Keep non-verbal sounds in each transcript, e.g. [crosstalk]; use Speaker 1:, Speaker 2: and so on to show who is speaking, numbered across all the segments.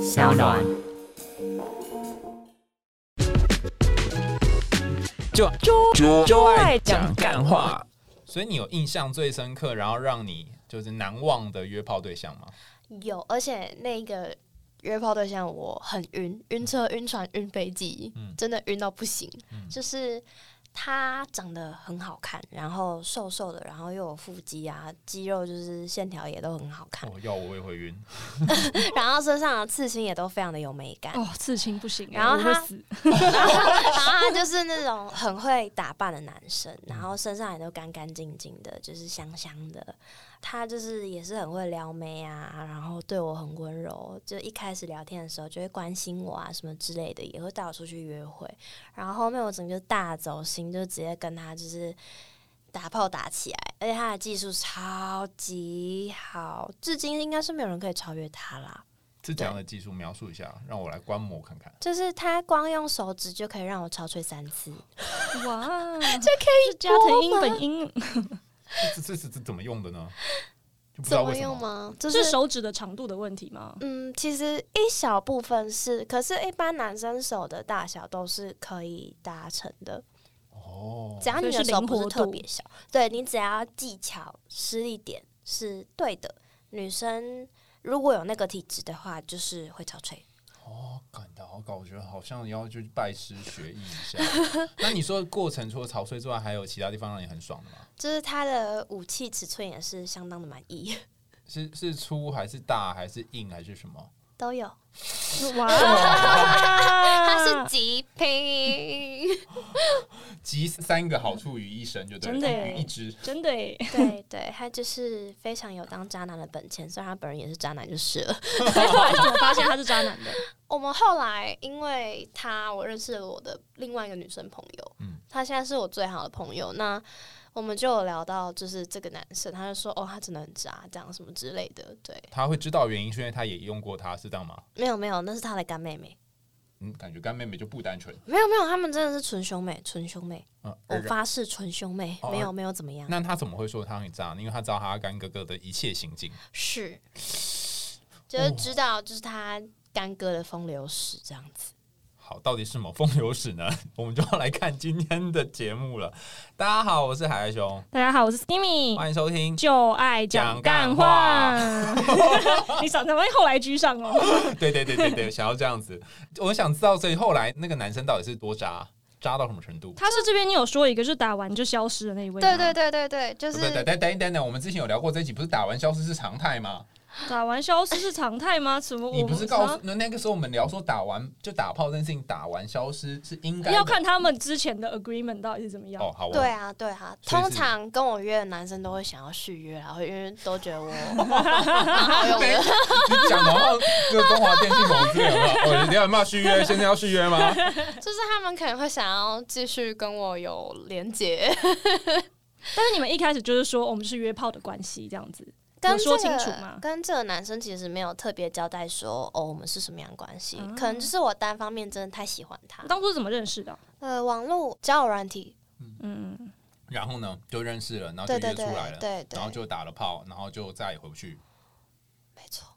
Speaker 1: 小暖。
Speaker 2: [laughs]
Speaker 3: 就
Speaker 4: 就
Speaker 3: 就爱讲干话，
Speaker 5: 所以你有印象最深刻，然后让你就是难忘的约炮对象吗？
Speaker 4: 有，而且那个约炮对象我很晕，晕车、晕船、晕飞机，
Speaker 5: 嗯
Speaker 4: 真的晕到不行。
Speaker 5: 嗯
Speaker 4: 就是他长得很好看，然后瘦瘦的，然后又有腹肌啊，肌肉就是线条也都很好看，
Speaker 5: 哦，要我也会晕。
Speaker 4: [laughs] 然后身上的刺青也都非常的有美感。
Speaker 2: 哦，刺青不行欸，
Speaker 4: 然后
Speaker 2: 我会
Speaker 4: 他
Speaker 2: 死。
Speaker 4: [laughs] 然后他就是那种很会打扮的男生，然后身上也都干干净净的，就是香香的。他就是也是很会撩妹啊，然后对我很温柔，就一开始聊天的时候就会关心我啊什么之类的，也会带我出去约会。然后后面我整个就大走心，就直接跟他就是。打炮打起来，而且他的技术超级好，至今应该是没有人可以超越他啦。
Speaker 5: 是怎样的技术？描述一下，让我来观摩看看。
Speaker 4: 就是他光用手指就可以让我超吹三次，
Speaker 2: 哇，这可以加
Speaker 4: 播
Speaker 2: 藤英
Speaker 4: 吗
Speaker 2: 本英
Speaker 5: 这这这这怎么用的呢？就不知
Speaker 4: 怎
Speaker 5: 道为
Speaker 4: 么
Speaker 5: 什
Speaker 4: 用
Speaker 5: 么。
Speaker 4: 吗？就是
Speaker 2: 手指的长度的问题吗？
Speaker 4: 嗯，其实一小部分是，可是，一般男生手的大小都是可以达成的，
Speaker 5: 哦，
Speaker 4: 只要你
Speaker 2: 所
Speaker 4: 的
Speaker 2: 以是
Speaker 4: 手
Speaker 2: 灵
Speaker 4: 不是
Speaker 2: 活
Speaker 4: 特
Speaker 2: 度
Speaker 4: 别小，对你只要技巧、施力点是对的，女生如果有那个体质的话，就是会超吹。
Speaker 5: 哦，感到好搞，我觉得好像要去拜师学艺一
Speaker 4: [laughs]
Speaker 5: 下。那你说过程除了潮吹之外，还有其他地方让你很爽的吗？
Speaker 4: 就是他的武器尺寸也是相当的满意，
Speaker 5: 是是粗还是大还是硬还是什么？
Speaker 4: 都 [laughs] 有，
Speaker 2: 哇，
Speaker 4: 他
Speaker 2: 他
Speaker 4: 是极品。
Speaker 5: 集三个好处于一身，就对了，
Speaker 2: 真的耶
Speaker 5: 一只。
Speaker 2: 真的耶，
Speaker 4: [laughs] 对对，他就是非常有当渣男的本钱，虽然他本人也是渣男就是了。 [laughs]
Speaker 2: 后来怎么发现他是渣男的？
Speaker 4: 我们后来因为他，我认识了我的另外一个女生朋友，
Speaker 5: 嗯
Speaker 4: 她现在是我最好的朋友。那我们就有聊到，就是这个男生，他就说哦，他真的很渣，这样什么之类的。对，
Speaker 5: 他会知道原因，是因为他也用过它，是这样吗？
Speaker 4: 没有没有，那是他的干妹妹，
Speaker 5: 嗯，感觉干妹妹就不单纯。
Speaker 4: 没有没有，他们真的是纯兄妹，纯兄妹，
Speaker 5: 嗯，
Speaker 4: 我
Speaker 5: 而
Speaker 4: 发誓纯兄妹，
Speaker 5: 哦
Speaker 4: 没有没有怎么样，
Speaker 5: 那他怎么会说他很渣呢？因为他知道他干哥哥的一切行径。
Speaker 4: 是，就是
Speaker 5: 哦
Speaker 4: 知道就是他干哥的风流史这样子。
Speaker 5: 好，到底是某风流史呢？ [laughs] 我们就要来看今天的节目了。大家好，我是海海熊，
Speaker 2: 大家好，我是 Timmy，
Speaker 5: 欢迎收听。
Speaker 2: 就爱讲干话。 [laughs] 你想怎么会后来居上哦？
Speaker 5: 对对对对对，
Speaker 2: [laughs]
Speaker 5: 想要这样子，我想知道，所以后来那个男生到底是多渣，渣到什么程度？
Speaker 2: 他是这边你有说一个，就是打完就消失的那一位，
Speaker 4: 对对，对对对，就
Speaker 5: 对
Speaker 4: 是
Speaker 5: 不对？等等等等，我们之前有聊过这一集，不是打完消失是常态吗？
Speaker 2: 打完消失是常态吗？什么？
Speaker 5: 你
Speaker 2: 我啊
Speaker 5: 不是告诉那那个时候我们聊说打完就打炮这件事情，打完消失是应该的
Speaker 2: 要看他们之前的 agreement 到底是怎么样
Speaker 5: 哦，。好，我
Speaker 4: 对啊，对啊，
Speaker 5: 所以
Speaker 4: 通
Speaker 5: 是
Speaker 4: 常跟我约的男生都会想要续约啊，然后因为都觉
Speaker 5: [laughs]
Speaker 4: 得我 [laughs] 蛮好用
Speaker 5: 没
Speaker 4: 的。
Speaker 5: 你讲的话，这个中华电信公司有没有？我你要骂续约，现在要续约吗？
Speaker 4: [laughs] 就是他们可能会想要继续跟我有连
Speaker 2: [laughs]
Speaker 4: 结，
Speaker 2: 但是你们一开始就是说我们是约炮的关系这样子，
Speaker 4: 跟
Speaker 2: 有说
Speaker 4: 这个
Speaker 2: 清楚吗
Speaker 4: 跟这个男生其实没有特别交代说哦，我们是什么样的关系，
Speaker 2: 啊
Speaker 4: 可能就是我单方面真的太喜欢他
Speaker 2: 你。当初是怎么认识的啊？
Speaker 4: 呃，网络交友软体，
Speaker 2: 嗯，
Speaker 5: 然后呢，就认识了，然后啊就
Speaker 4: 对
Speaker 5: 约
Speaker 4: 对
Speaker 5: 出
Speaker 4: 对
Speaker 5: 来了，
Speaker 4: 对对，哦
Speaker 5: 然后就打了炮，然后就再也回不去。
Speaker 4: 没错。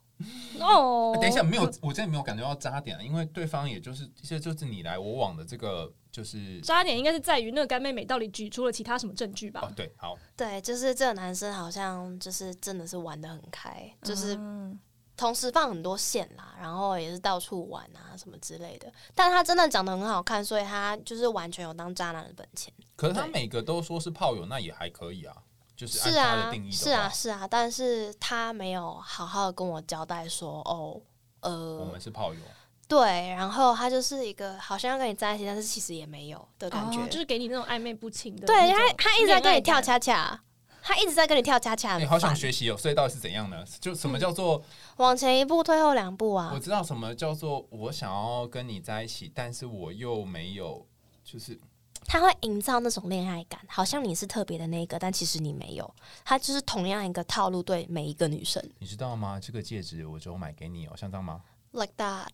Speaker 2: 哦
Speaker 5: 欸，等一下，没有，我真的没有感觉到渣点啊，因为对方也就是这就是你来我往的这个就是
Speaker 2: 渣点应该是在于那个干妹妹到底举出了其他什么证据
Speaker 5: 哦
Speaker 2: 吧？
Speaker 5: 对，好，
Speaker 4: 对，就是这个男生好像就是真的是玩的很开，就是
Speaker 2: 嗯
Speaker 4: 同时放很多线啦，然后也是到处玩啊什么之类的。但他真的长得很好看，所以他就是完全有当渣男的本钱。
Speaker 5: 可是他
Speaker 4: 对
Speaker 5: 每个都说是炮友，那也还可以啊，就是按
Speaker 4: 是
Speaker 5: 他
Speaker 4: 啊
Speaker 5: 的定义，的
Speaker 4: 是
Speaker 5: 话
Speaker 4: 啊，是啊，但是他没有好好地跟我交代说，哦，
Speaker 5: 我
Speaker 4: 呃
Speaker 5: 们，是炮友，
Speaker 4: 对，然后他就是一个好像要跟你在一起，但是其实也没有的感觉。
Speaker 2: 哦就是给你那种暧昧不清的那
Speaker 4: 对
Speaker 2: 种恋爱
Speaker 4: 他，
Speaker 2: 感，
Speaker 4: 他一直在跟你跳恰恰，他一直在跟你跳恰恰。
Speaker 5: 你、
Speaker 4: 很
Speaker 5: 好想
Speaker 4: 烦
Speaker 5: 学习哦，所以到底是怎样呢？就什么叫做、
Speaker 4: 往前一步，退后两步啊
Speaker 5: 我！知道什么叫做我想要跟你在一起，但是我又没有，就是
Speaker 4: 他会营造那种恋爱感，好像你是特别的那一个，但其实你没有。他就是同样一个套路对每一个女生
Speaker 5: 你知道吗？这个戒指我只有买给你哦，像这样吗？
Speaker 4: ，like that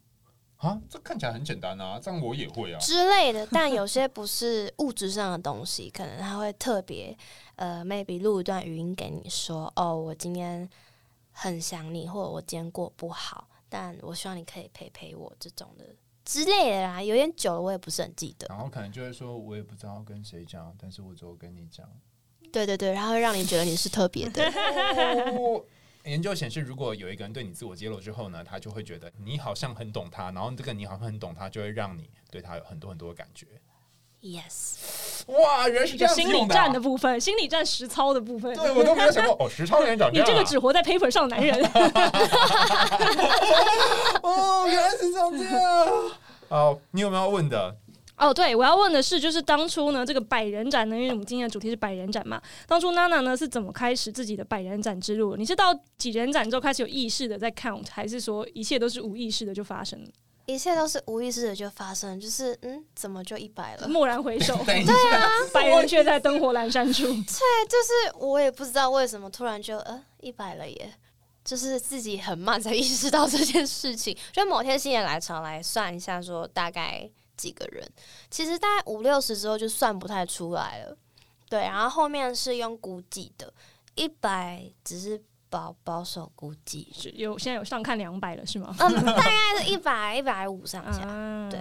Speaker 5: 啊，这看起来很简单啊，这样我也会啊。
Speaker 4: 之类的。但有些不是物质上的东西，可能他会特别呃，maybe 录一段语音给你说，哦，我今天很想你，或者我今天过不好。但我希望你可以陪陪我这种的之类的啦。有点久了，我也不是很记得。
Speaker 5: 然后可能就会说，我也不知道跟谁讲，但是我只有跟你
Speaker 2: [laughs]
Speaker 5: 讲。
Speaker 4: 对对对，然后让你觉得你是特别的。
Speaker 5: 哦研究显示，如果有一个人对你自我揭露之后呢，他就会觉得你好像很懂他，然后这个你好像很懂他，就会让你对他有很多很多的感觉。
Speaker 4: [laughs] yes，
Speaker 5: 哇，原来是这
Speaker 2: 就
Speaker 5: 样子
Speaker 2: 心理
Speaker 5: 用啊
Speaker 2: 战的部分， [laughs] 心理战实操的部分。
Speaker 5: 对我都没有想过，哦，时超人长
Speaker 2: [laughs] 你
Speaker 5: 样、啊。
Speaker 2: 这个只活在 paper 上的男人， [laughs]
Speaker 5: 哦，原来是长 [laughs] 这样。哦，你有没有问
Speaker 2: [laughs]
Speaker 5: 的？
Speaker 2: 哦，对，我要问的是，就是当初呢，这个百人展呢，因为我们今天的主题是百人展嘛，当初娜娜呢是怎么开始自己的百人展之路？你是到几人展之后开始有意识的在 count，还是说一切都是无意识的就发生了？
Speaker 4: 一切都是无意识的就发生，就是嗯，怎么就一百了？
Speaker 2: 蓦然
Speaker 4: [laughs]
Speaker 2: 回首，
Speaker 5: 等一下，
Speaker 2: 百人却在灯火阑珊处。
Speaker 4: 对，哎就是我也不知道为什么突然就呃一百了耶，就是自己很慢才意识到这件事情。就某天心血来潮来算一下，说大概几个人，其实大概五六十之后就算不太出来了。对，然后后面是用估计的，一百只是保保守估计，
Speaker 2: 是有现在有上看两百了是吗？
Speaker 4: 嗯，大概是一百一百五上下。
Speaker 2: 啊
Speaker 4: 对。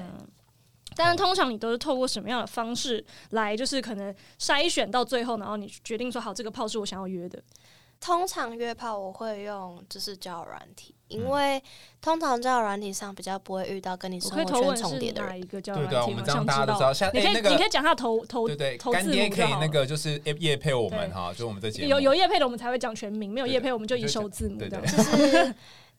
Speaker 2: 但是通常你都是透过什么样的方式来，就是可能筛选到最后，然后你决定说好这个炮是我想要约的。
Speaker 4: 通常约炮我会用就是交友软体，因为通常交友软体上比较不会遇到跟你
Speaker 2: 我
Speaker 4: 生
Speaker 2: 可以投
Speaker 4: 活
Speaker 2: 问
Speaker 4: 圈重叠
Speaker 2: 是
Speaker 4: 的人
Speaker 2: 哪。一个交友
Speaker 5: 对对啊，
Speaker 2: 软
Speaker 5: 我
Speaker 2: 体吗？
Speaker 5: 们这样
Speaker 2: 想
Speaker 5: 大家都知道。像
Speaker 2: 你
Speaker 5: 哎、
Speaker 2: 可以、
Speaker 5: 那个
Speaker 2: 你可以讲下头头
Speaker 5: 对对，
Speaker 2: 投字
Speaker 5: 干
Speaker 2: 母
Speaker 5: 爹可
Speaker 2: 就
Speaker 5: 以
Speaker 2: 好
Speaker 5: 那
Speaker 2: 了。
Speaker 5: 个就是叶叶配我们
Speaker 2: 对
Speaker 5: 哈，就我们这节目
Speaker 2: 有有叶配的我们才会讲全名，没有
Speaker 5: 对
Speaker 2: 叶
Speaker 5: 对
Speaker 2: 配我们就以
Speaker 5: 就
Speaker 2: 首
Speaker 5: 讲
Speaker 2: 字母
Speaker 5: 对
Speaker 2: 这样
Speaker 5: 对。
Speaker 4: 就是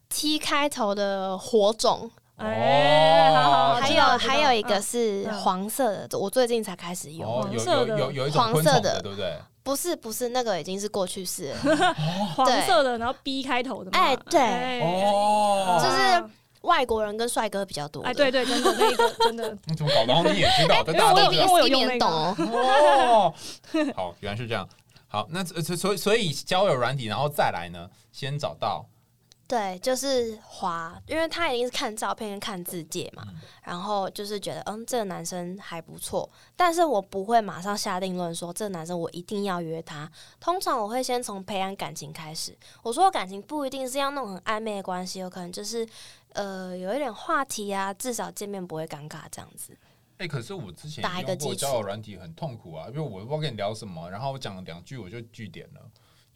Speaker 4: T 开头的火种，
Speaker 2: 哎，好好，
Speaker 5: 哦
Speaker 2: 好
Speaker 4: 还
Speaker 2: 知
Speaker 4: 有
Speaker 2: 道
Speaker 4: 还有一个
Speaker 2: 嗯
Speaker 4: 是
Speaker 2: 嗯
Speaker 4: 黄色的，我最近才开始用。
Speaker 5: 哦，
Speaker 2: 黄
Speaker 5: 有
Speaker 2: 色
Speaker 5: 有
Speaker 2: 的
Speaker 5: 有有一种
Speaker 4: 黄
Speaker 5: 昆
Speaker 4: 色
Speaker 5: 虫
Speaker 4: 的
Speaker 5: 的，对不对？
Speaker 4: 不是不是，那个已经是过去式
Speaker 2: [laughs]
Speaker 4: 了，
Speaker 2: 哦黄色的，然后 B 开头的嘛。
Speaker 4: 哎对
Speaker 2: 哎
Speaker 5: 哦，
Speaker 4: 就是外国人跟帅哥比较多的。
Speaker 2: 哎，对对，真的那一个真的
Speaker 5: 你怎么搞的？然后你也知道，但
Speaker 2: 因为
Speaker 5: 大家都
Speaker 2: 我有
Speaker 5: 知
Speaker 2: 因
Speaker 5: 道
Speaker 2: 为我有用那
Speaker 4: 年懂
Speaker 2: 个。
Speaker 4: 哦，
Speaker 5: 哦，好，原来是这样。好，那所所以所以交友软体，然后再来呢，先找到
Speaker 4: 对，就是滑，因为他一定是看照片跟看字界嘛，然后就是觉得嗯，这个男生还不错，但是我不会马上下定论说这个男生我一定要约他。通常我会先从培养感情开始。我说的感情不一定是要那种很暧昧的关系，有可能就是呃有一点话题啊，至少见面不会尴尬这样子。
Speaker 5: 哎、可是我之前
Speaker 4: 打一个
Speaker 5: 用过
Speaker 4: 基础
Speaker 5: 交友软体很痛苦啊，因为我不知道跟你聊什么，然后我讲了两句我就据点了，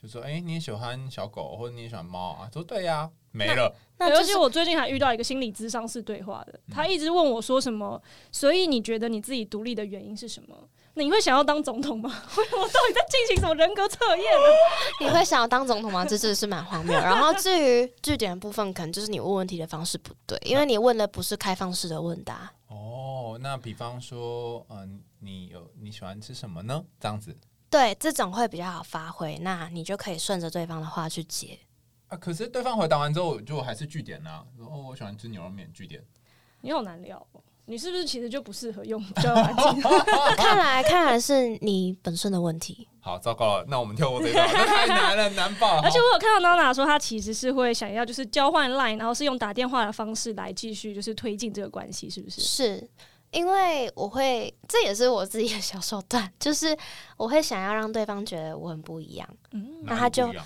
Speaker 5: 就说哎、你也喜欢小狗或者你也喜欢猫啊？说对呀、没了。
Speaker 4: 那
Speaker 2: 尤
Speaker 4: 就
Speaker 2: 其
Speaker 4: 是
Speaker 2: 我最近还遇到一个心理咨商是对话的，他一直问我说什么，所以你觉得你自己独立的原因是什么？你会想要当总统吗？ [laughs] 我到底在进行什么人格测验啊？
Speaker 4: 你会想要当总统吗？这真的是蛮荒谬。然后至于据点的部分，可能就是你问问题的方式不对，因为你问的不是开放式的问答。
Speaker 5: 哦，那比方说，嗯、你有你喜欢吃什么呢？这样子
Speaker 4: 对，这种会比较好发挥，那你就可以顺着对方的话去接。
Speaker 5: 啊，可是对方回答完之后，就还是据点啦、啊，说哦，我喜欢吃牛肉面，据点。 [laughs]
Speaker 2: 你好难聊、哦，你是不是其实就不适合用交友软 [laughs] 件？
Speaker 4: 看来，看来是你本身的问 [laughs] 题。
Speaker 5: 好，糟糕了，那我们跳过这一道，这太难了，难爆。
Speaker 2: 而且我有看到 Nana 说，她其实是会想要就是交换 Line，然后是用打电话的方式来继续就是推进这个关系，是不是？
Speaker 4: 是因为我会，这也是我自己的小手段，就是我会想要让对方觉得我很不一样。
Speaker 2: 嗯，
Speaker 5: 哪里
Speaker 4: 那他就
Speaker 5: 不一样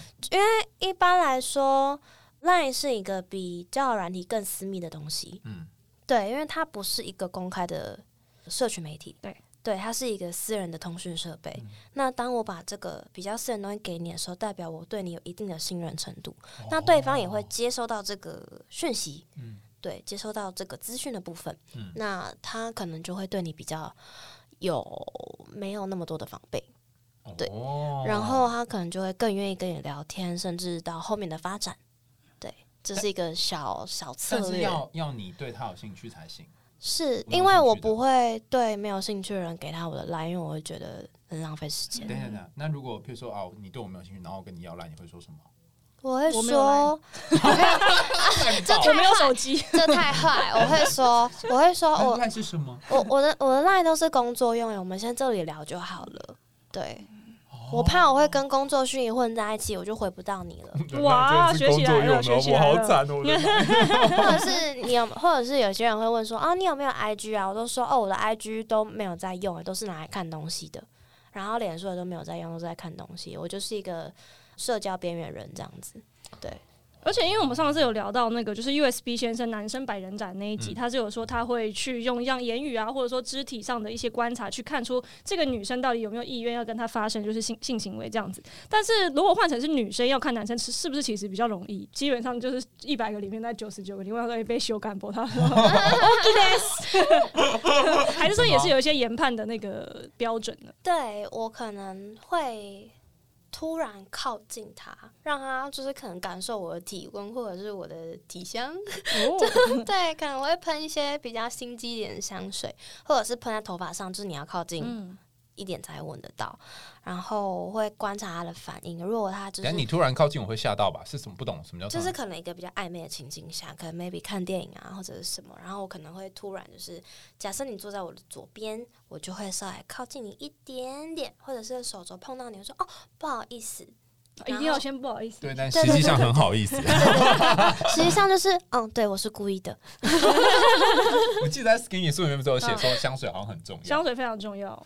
Speaker 4: 一般来说，Line 是一个比交友软体更私密的东西。
Speaker 5: 嗯，
Speaker 4: 对，因为它不是一个公开的社群媒体，
Speaker 2: 对，
Speaker 4: 对，它是一个私人的通讯设备。那当我把这个比较私人的东西给你的时候，代表我对你有一定的信任程度，那对方也会接收到这个讯息，
Speaker 5: 嗯
Speaker 4: 对，接收到这个资讯的部分，
Speaker 5: 嗯
Speaker 4: 那他可能就会对你比较有没有那么多的防备，对
Speaker 5: 哦
Speaker 4: 然后他可能就会更愿意跟你聊天，甚至到后面的发展，对，这是一个小小策
Speaker 5: 但哎是
Speaker 4: 略。
Speaker 5: 要要你对他有兴趣才行。
Speaker 4: 是
Speaker 5: 蛮有
Speaker 4: 因为
Speaker 5: 兴
Speaker 4: 我
Speaker 5: 趣的
Speaker 4: 不会对没有兴趣的人给他我的 line，因为我会觉得很浪费时间。
Speaker 5: 等一下等一下，那如果譬如说哦，你对我没有兴趣，然后我跟你要赖，你会说什么？
Speaker 4: 我会
Speaker 2: 我没有
Speaker 4: 说，啊这
Speaker 2: 我
Speaker 4: 太
Speaker 2: 没有手机，
Speaker 4: [laughs] 这太坏，我会说，我会
Speaker 5: [laughs]
Speaker 4: 说，
Speaker 5: 赖
Speaker 4: 我
Speaker 5: 赖是什
Speaker 4: [laughs]
Speaker 5: 么？
Speaker 4: 我我的我的 line 都是工作用欸的，我们先这里聊就好了。对，我怕我会跟工作讯息混在一起，我就回不到你了。 [laughs]
Speaker 2: 哇学起来了学起来了
Speaker 5: 惨哦！我
Speaker 2: [laughs]
Speaker 5: 的妈
Speaker 4: 或者是你有，或者是有些人会问说啊，你有没有 IG 啊？我都说哦，我的 IG 都没有在用，欸都是拿来看东西的。然后脸书也都没有在用，都是在看东西。我就是一个社交边缘人这样子。对，
Speaker 2: 而且，因为我们上次有聊到那个，就是 USB 先生男生百人展那一集，
Speaker 5: 嗯
Speaker 2: 他是有说他会去用让言语啊，或者说肢体上的一些观察，去看出这个女生到底有没有意愿要跟他发生就是性性行为这样子。但是如果换成是女生要看男生是是不是其实比较容易，基本上就是一百个里面在九十九个，另外会被修改波他
Speaker 5: [laughs]
Speaker 2: 哦还是说也是有一些研判的那个标准呢？
Speaker 4: 对我可能会突然靠近他，让他就是可能感受我的体温或者是我的体香， [laughs] 对，可能我会喷一些比较心机一点的香水，或者是喷在头发上，就是你要靠近
Speaker 2: 嗯，
Speaker 4: 一点才闻得到。然后我会观察他的反应，如果他就
Speaker 5: 但
Speaker 4: 是
Speaker 5: 你突然靠近我会吓到吧？是什么不懂什么叫突
Speaker 4: 就
Speaker 5: 然？
Speaker 4: 是可能一个比较暧昧的情境下，可能 maybe 看电影啊或者是什么，然后我可能会突然就是，假设你坐在我的左边，我就会稍微靠近你一点点，或者是手肘碰到你，我说哦不好意思，
Speaker 2: 啊一定要先不好意思，
Speaker 5: 对，但
Speaker 4: 对
Speaker 5: 实
Speaker 4: 对
Speaker 5: 际
Speaker 4: 对
Speaker 5: 上
Speaker 4: 对
Speaker 5: 很好意思。
Speaker 4: 实际上就是嗯，对我是故意的，
Speaker 5: [laughs] 我记得在 Skinny 书里面不是
Speaker 4: 嗯
Speaker 5: 有写说香水好像很重
Speaker 2: 香
Speaker 5: 要，
Speaker 2: 水非常重要。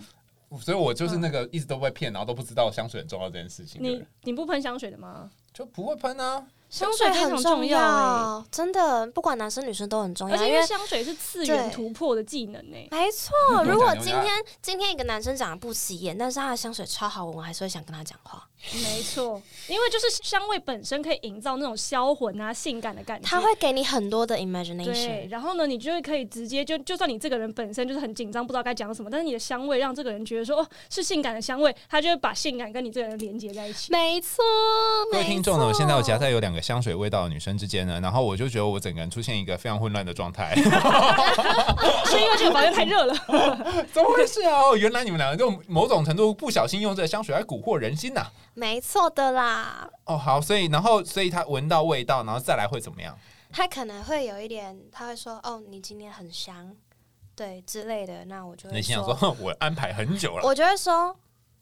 Speaker 5: 所以我
Speaker 4: 嗯
Speaker 5: 就是那个一直都被骗，然后都不知道香水很重要这件事情的
Speaker 2: 你
Speaker 5: 人，
Speaker 2: 你不喷香水的吗？
Speaker 5: 就不会喷啊。
Speaker 2: 香水非常
Speaker 4: 很
Speaker 2: 重要欸
Speaker 4: 要，真的，不管男生女生都很重要，
Speaker 2: 而且
Speaker 4: 因
Speaker 2: 因
Speaker 4: 为
Speaker 2: 为香水是次元
Speaker 4: 对
Speaker 2: 突破的技能呢、
Speaker 4: 没错，
Speaker 5: 嗯
Speaker 4: 哦如果
Speaker 5: 讲
Speaker 4: 今
Speaker 5: 究一下
Speaker 4: 天今天一个男生长得不起眼，但是他的香水超好闻，我还是会想跟他讲话。
Speaker 2: 没错，因为就是香味本身可以营造那种销魂啊、性感的感觉。
Speaker 4: 他会给你很多的
Speaker 2: 对，
Speaker 4: imagination，
Speaker 2: 然后呢，你就会可以直接就，就算你这个人本身就是很紧张，不知道该讲什么，但是你的香味让这个人觉得说，哦，是性感的香味，他就会把性感跟你这个人连接在一起。
Speaker 4: 没错，
Speaker 5: 各位
Speaker 4: 没
Speaker 5: 听众呢，
Speaker 4: 错
Speaker 5: 我现在有夹在有两个香水味道的女生之间呢，然后我就觉得我整个人出现一个非常混乱的状态，
Speaker 2: 是因为这个房间太热了，
Speaker 5: 怎么回事啊？哦原来你们两个就某种程度不小心用这个香水来蛊惑人心呐、
Speaker 4: 没错的啦，
Speaker 5: 哦，好，所以然后所以他闻到味道，然后再来会怎么样？
Speaker 4: 他可能会有一点，他会说：“哦，你今天很香，对之类的。”那我就
Speaker 5: 你
Speaker 4: 会
Speaker 5: 心想 [laughs]
Speaker 4: 说，
Speaker 5: 说，我安排很久
Speaker 2: [laughs]
Speaker 5: 了，
Speaker 4: 我就会说：“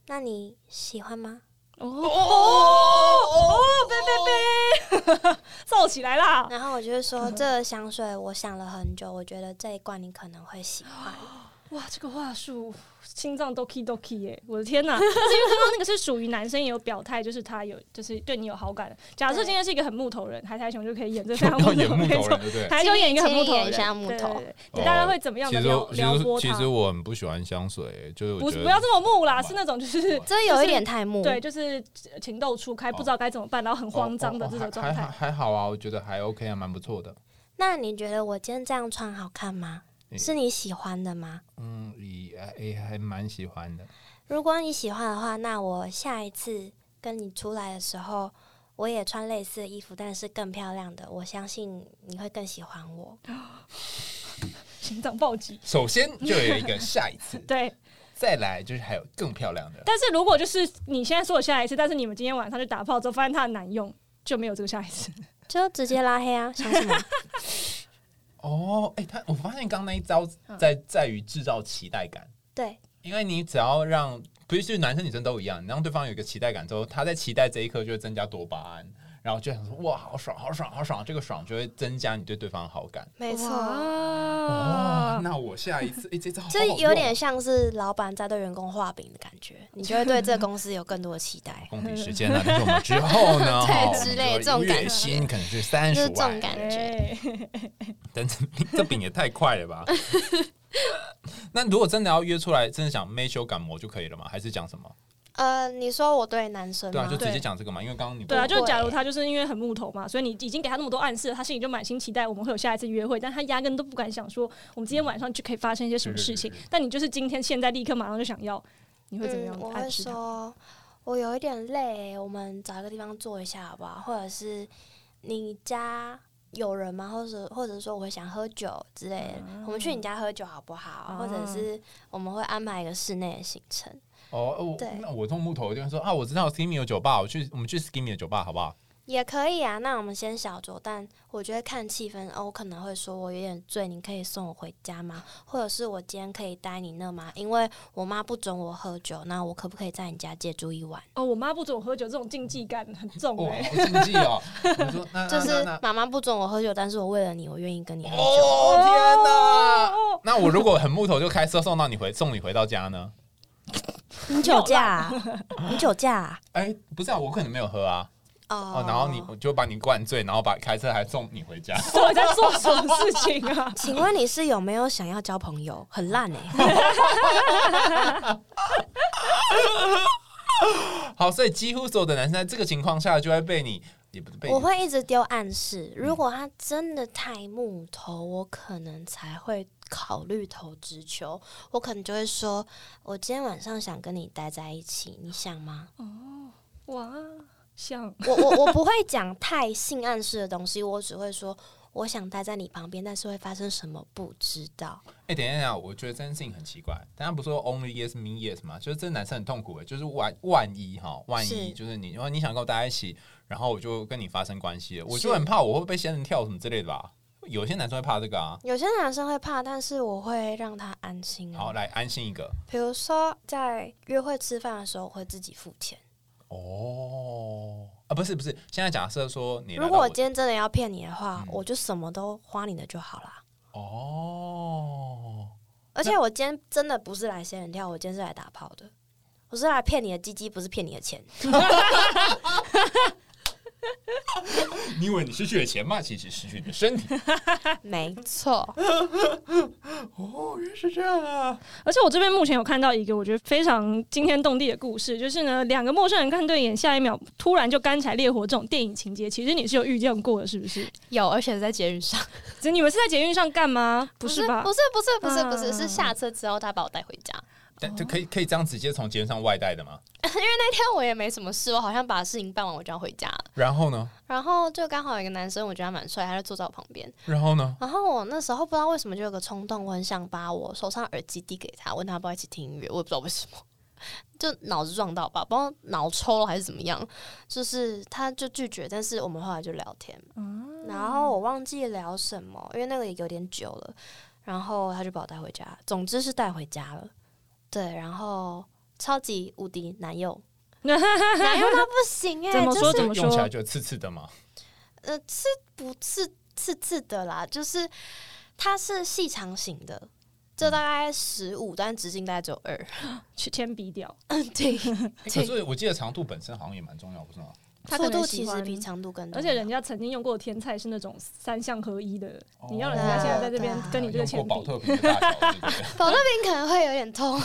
Speaker 4: 那你喜欢吗
Speaker 2: 哦哦，贝贝贝，燥起来？”啦！
Speaker 4: 然后我就会说：“这个香水我想了很久，我觉得这一罐你可能会喜欢。
Speaker 2: 哇，这个话术心脏都 k 都 k 耶！我的天哪，就是 [laughs] 因为刚刚那个是属于男生也有表态，就是他有就是对你有好感的。假设今天是一个很木头人，海苔熊就可以演这非常
Speaker 5: [laughs] 要
Speaker 2: 木头
Speaker 5: 演
Speaker 2: 人，
Speaker 5: 木头
Speaker 2: 没错
Speaker 5: 人，对不对？
Speaker 2: 海苔熊演一个很木头
Speaker 4: 请你演一
Speaker 2: 人，
Speaker 4: 下木头
Speaker 2: 对对 [laughs] 对大家会怎么样
Speaker 5: 其
Speaker 2: 的
Speaker 5: 实
Speaker 2: 撩
Speaker 5: 我其
Speaker 2: 撩拨
Speaker 5: 实其
Speaker 2: 他
Speaker 5: 实？我很不喜欢香水，就是
Speaker 2: 不
Speaker 5: 我觉
Speaker 2: 是
Speaker 5: 得哦
Speaker 2: 不要这么木啦，是那种就是”
Speaker 4: 这有一点太木，
Speaker 2: 对，就是情窦初开，不
Speaker 5: 哦
Speaker 2: 知道该怎么办，然后很慌张的这种状
Speaker 5: 还
Speaker 2: 态
Speaker 5: 还。还好啊，我觉得还 OK 啊，蛮不错的。
Speaker 4: 那你觉得我今天这样穿好看吗？
Speaker 5: 嗯
Speaker 4: 是你喜欢的吗？
Speaker 5: 嗯，也也还蛮喜欢的。
Speaker 4: 如果你喜欢的话，那我下一次跟你出来的时候，我也穿类似的衣服，但是更漂亮的，我相信你会更喜欢我。
Speaker 2: 心脏暴击。
Speaker 5: 首先就有一个下一次，
Speaker 2: [laughs] 对，
Speaker 5: 再来就是还有更漂亮的。
Speaker 2: 但是如果就是你现在说我下一次，但是你们今天晚上就打炮之后发现它很难用，就没有这个下一次。
Speaker 4: 就直接拉黑啊，想什
Speaker 5: [laughs]
Speaker 4: 么？
Speaker 5: 哦，哎、他我发现刚刚那一招
Speaker 2: 嗯
Speaker 5: 在在于制造期待感，
Speaker 4: 对，
Speaker 5: 因为你只要让，不是就是男生女生都一样，你让对方有一个期待感之后，他在期待这一刻就会增加多巴胺，然后就想说哇，好爽，好爽，好爽，这个爽就会增加你对对方的好哦感。
Speaker 4: 没错，
Speaker 5: 哦，
Speaker 2: 哇，
Speaker 5: 那我下一
Speaker 4: [laughs]
Speaker 5: 次，哎、这招好好
Speaker 4: 这
Speaker 5: 用。
Speaker 4: 有点像是老板在对员工画饼的感觉，你就会对这个公司有更多的期待
Speaker 5: [laughs] 共体时间了，但是我们之后
Speaker 4: [laughs]
Speaker 5: 呢，
Speaker 4: 对
Speaker 5: 哈
Speaker 4: 之类
Speaker 5: 我们就
Speaker 4: 这种感觉
Speaker 5: 月薪可能是三
Speaker 4: 就
Speaker 5: 十
Speaker 4: 是这种
Speaker 5: 万，
Speaker 2: 哎
Speaker 4: 感觉，
Speaker 2: 对，
Speaker 5: 但是这饼也太快了吧？ [laughs] 那如果真的要约出来，真的想没修感魔就可以了吗？还是讲什么？
Speaker 4: 呃，你说我对男生
Speaker 5: 对啊，
Speaker 4: 吗
Speaker 5: 就？直接讲这个嘛，因为刚刚你
Speaker 2: 对啊，
Speaker 4: 不
Speaker 2: 就
Speaker 4: 会
Speaker 2: 是假如他就是因为很木头嘛，所以你已经给他那么多暗示了，他心里就满心期待我们会有下一次约会，但他压根都不敢想说我们今天晚上就可以发生一些什么事情
Speaker 5: 对对对。
Speaker 2: 但你就是今天现在立刻马上就想要，你会怎
Speaker 4: 嗯，
Speaker 2: 么
Speaker 4: 我
Speaker 2: 样
Speaker 4: 会
Speaker 2: 暗示他？
Speaker 4: 说，我有一点累，我们找一个地方坐一下好不好？或者是你家有人吗？或者或者说我想喝酒之类的，我们去
Speaker 2: 嗯
Speaker 4: 你家喝酒好不好？或者
Speaker 2: 啊
Speaker 4: 是我们会安排一个室内的行程。
Speaker 5: 哦，我
Speaker 4: 对
Speaker 5: 那我动木头，我就会说啊，我知道 Skimmy 有酒吧，我去我们去 Skimmy 的酒吧好不好？
Speaker 4: 也可以啊，那我们先小酌，但我觉得看气氛哦，我可能会说我有点醉，你可以送我回家吗？或者是我今天可以待你那吗？因为我妈不准我喝酒，那我可不可以在你家借住一晚？
Speaker 2: 哦，我妈不准我喝酒，这种 [laughs] 禁忌感很重 [laughs]
Speaker 5: 哇，
Speaker 2: 哎、
Speaker 5: 好禁忌 [laughs] 哦！我说那
Speaker 4: 就是
Speaker 5: 那那
Speaker 4: 妈妈不准我喝酒，但是我为了你，我愿意跟你喝
Speaker 5: 那
Speaker 4: 酒。
Speaker 5: 嗯哦天哪！
Speaker 2: 哦，
Speaker 5: 那我如果很木头，就开车送到你回送你回到家呢？
Speaker 4: [laughs] 你酒驾啊、你酒驾啊、？
Speaker 5: 哎，不是啊，我可能没有喝啊。哦，然后你我就把你灌醉，然后把开车还送你回家。
Speaker 2: 到底在做什么事情啊
Speaker 4: [laughs] 请问你是有没有想要交朋友？很烂哎、
Speaker 5: [laughs] 好，所以几乎所有的男生在这个情况下就会被你，也不是被你
Speaker 4: 我会一直丢暗示。如果他真的太木头，我可能才会考虑投直球。我可能就会说，我今天晚上想跟你待在一起，你想吗？
Speaker 2: 哇，像
Speaker 4: 我我我不会讲太性暗示的东西，我只会说我想待在你旁边，但是会发生什么不知道。
Speaker 5: 哎、等一下，等一下，我觉得这件事情很奇怪。大家不是说 only yes mean yes 吗？就是这男生很痛苦的，就是万万一哈，万一
Speaker 4: 是
Speaker 5: 就是你，因为你想跟我待在一起，然后我就跟你发生关系了，我就是很怕我会被仙人跳什么之类的吧。有些男生会怕这个啊。
Speaker 4: 有些男生会怕，但是我会让他安心、
Speaker 5: 好，
Speaker 4: 哦。
Speaker 5: 来安心一个
Speaker 4: 比如说在约会吃饭的时候，我会自己付钱。
Speaker 5: 哦啊，不是不是，现在假设说你来
Speaker 4: 如
Speaker 5: 到
Speaker 4: 果我
Speaker 5: 我
Speaker 4: 今天真的要骗你的话
Speaker 5: 嗯，
Speaker 4: 我就什么都花你的就好啦。
Speaker 5: 哦，
Speaker 4: 而且我今天真的不是来仙人跳，我今天是来打炮的，我是来骗你的鸡鸡，不是骗你
Speaker 5: [laughs]
Speaker 4: 的钱。
Speaker 5: 你以为你失去了钱吗？其实失去你的身体。
Speaker 4: 没错，
Speaker 5: 哦，原来是这样啊。
Speaker 2: 而且我这边目前有看到一个我觉得非常惊天动地的故事，就是呢，两个陌生人看对眼，下一秒突然就干柴烈火这种电影情节，其实你是有遇见过的，是不是？
Speaker 1: 有，而且是在捷运上，
Speaker 2: 只是你们是在捷运上干嘛？不
Speaker 1: 是嗯
Speaker 2: 是吧？
Speaker 1: 不是不是不是不是，
Speaker 2: 啊
Speaker 1: 是下车之后他把我带回家。
Speaker 5: [laughs] 但就可以可以这样直接从街上外带的吗？
Speaker 1: 那天我也没什么事，我好像把事情办完我就要回家了。
Speaker 5: 然后呢？
Speaker 1: 然后就刚好有一个男生，我觉得他蛮帅，他就坐在我旁边。
Speaker 5: 然后呢？
Speaker 1: 然后我那时候不知道为什么就有个冲动，我很想把我手上耳机递给他，问他要不要一起听音乐。我也不知道为什么，就脑子撞到吧，不知道脑抽了还是怎么样，就是他就拒绝。但是我们后来就聊天，
Speaker 2: 哦
Speaker 4: 然后我忘记聊什么，因为那个也有点久了，然后他就把我带回家，总之是带回家了。对，然后超级无敌男友，
Speaker 1: [laughs]
Speaker 2: [laughs]
Speaker 4: 男友他不行
Speaker 1: 欸
Speaker 4: 哎、
Speaker 2: 怎么
Speaker 4: 就
Speaker 2: 说
Speaker 4: 是
Speaker 2: 怎么
Speaker 5: 用起来
Speaker 2: 说？
Speaker 5: 就刺刺的嘛。
Speaker 4: 呃，刺不刺刺刺的啦，就是它是细长型的，就大概十五，但直径大概只有二。
Speaker 2: 去铅笔掉，
Speaker 4: 嗯 [laughs] 对，
Speaker 5: 哎可是我记得长度本身好像也蛮重要，不是吗？
Speaker 2: 他
Speaker 4: 粗
Speaker 2: 可能
Speaker 4: 度
Speaker 2: 喜
Speaker 4: 其实
Speaker 2: 欢
Speaker 4: 比长度更多，
Speaker 2: 而且人家曾经用过的天菜是那种三项合一的，你让人
Speaker 4: 对
Speaker 2: 家
Speaker 4: 啊
Speaker 2: 现在在这边
Speaker 4: 对啊
Speaker 2: 跟你这个
Speaker 5: 用过
Speaker 2: 铅
Speaker 5: 保
Speaker 2: 笔，
Speaker 5: 特瓶的大小，对不对
Speaker 4: 保乐瓶可能会有点痛。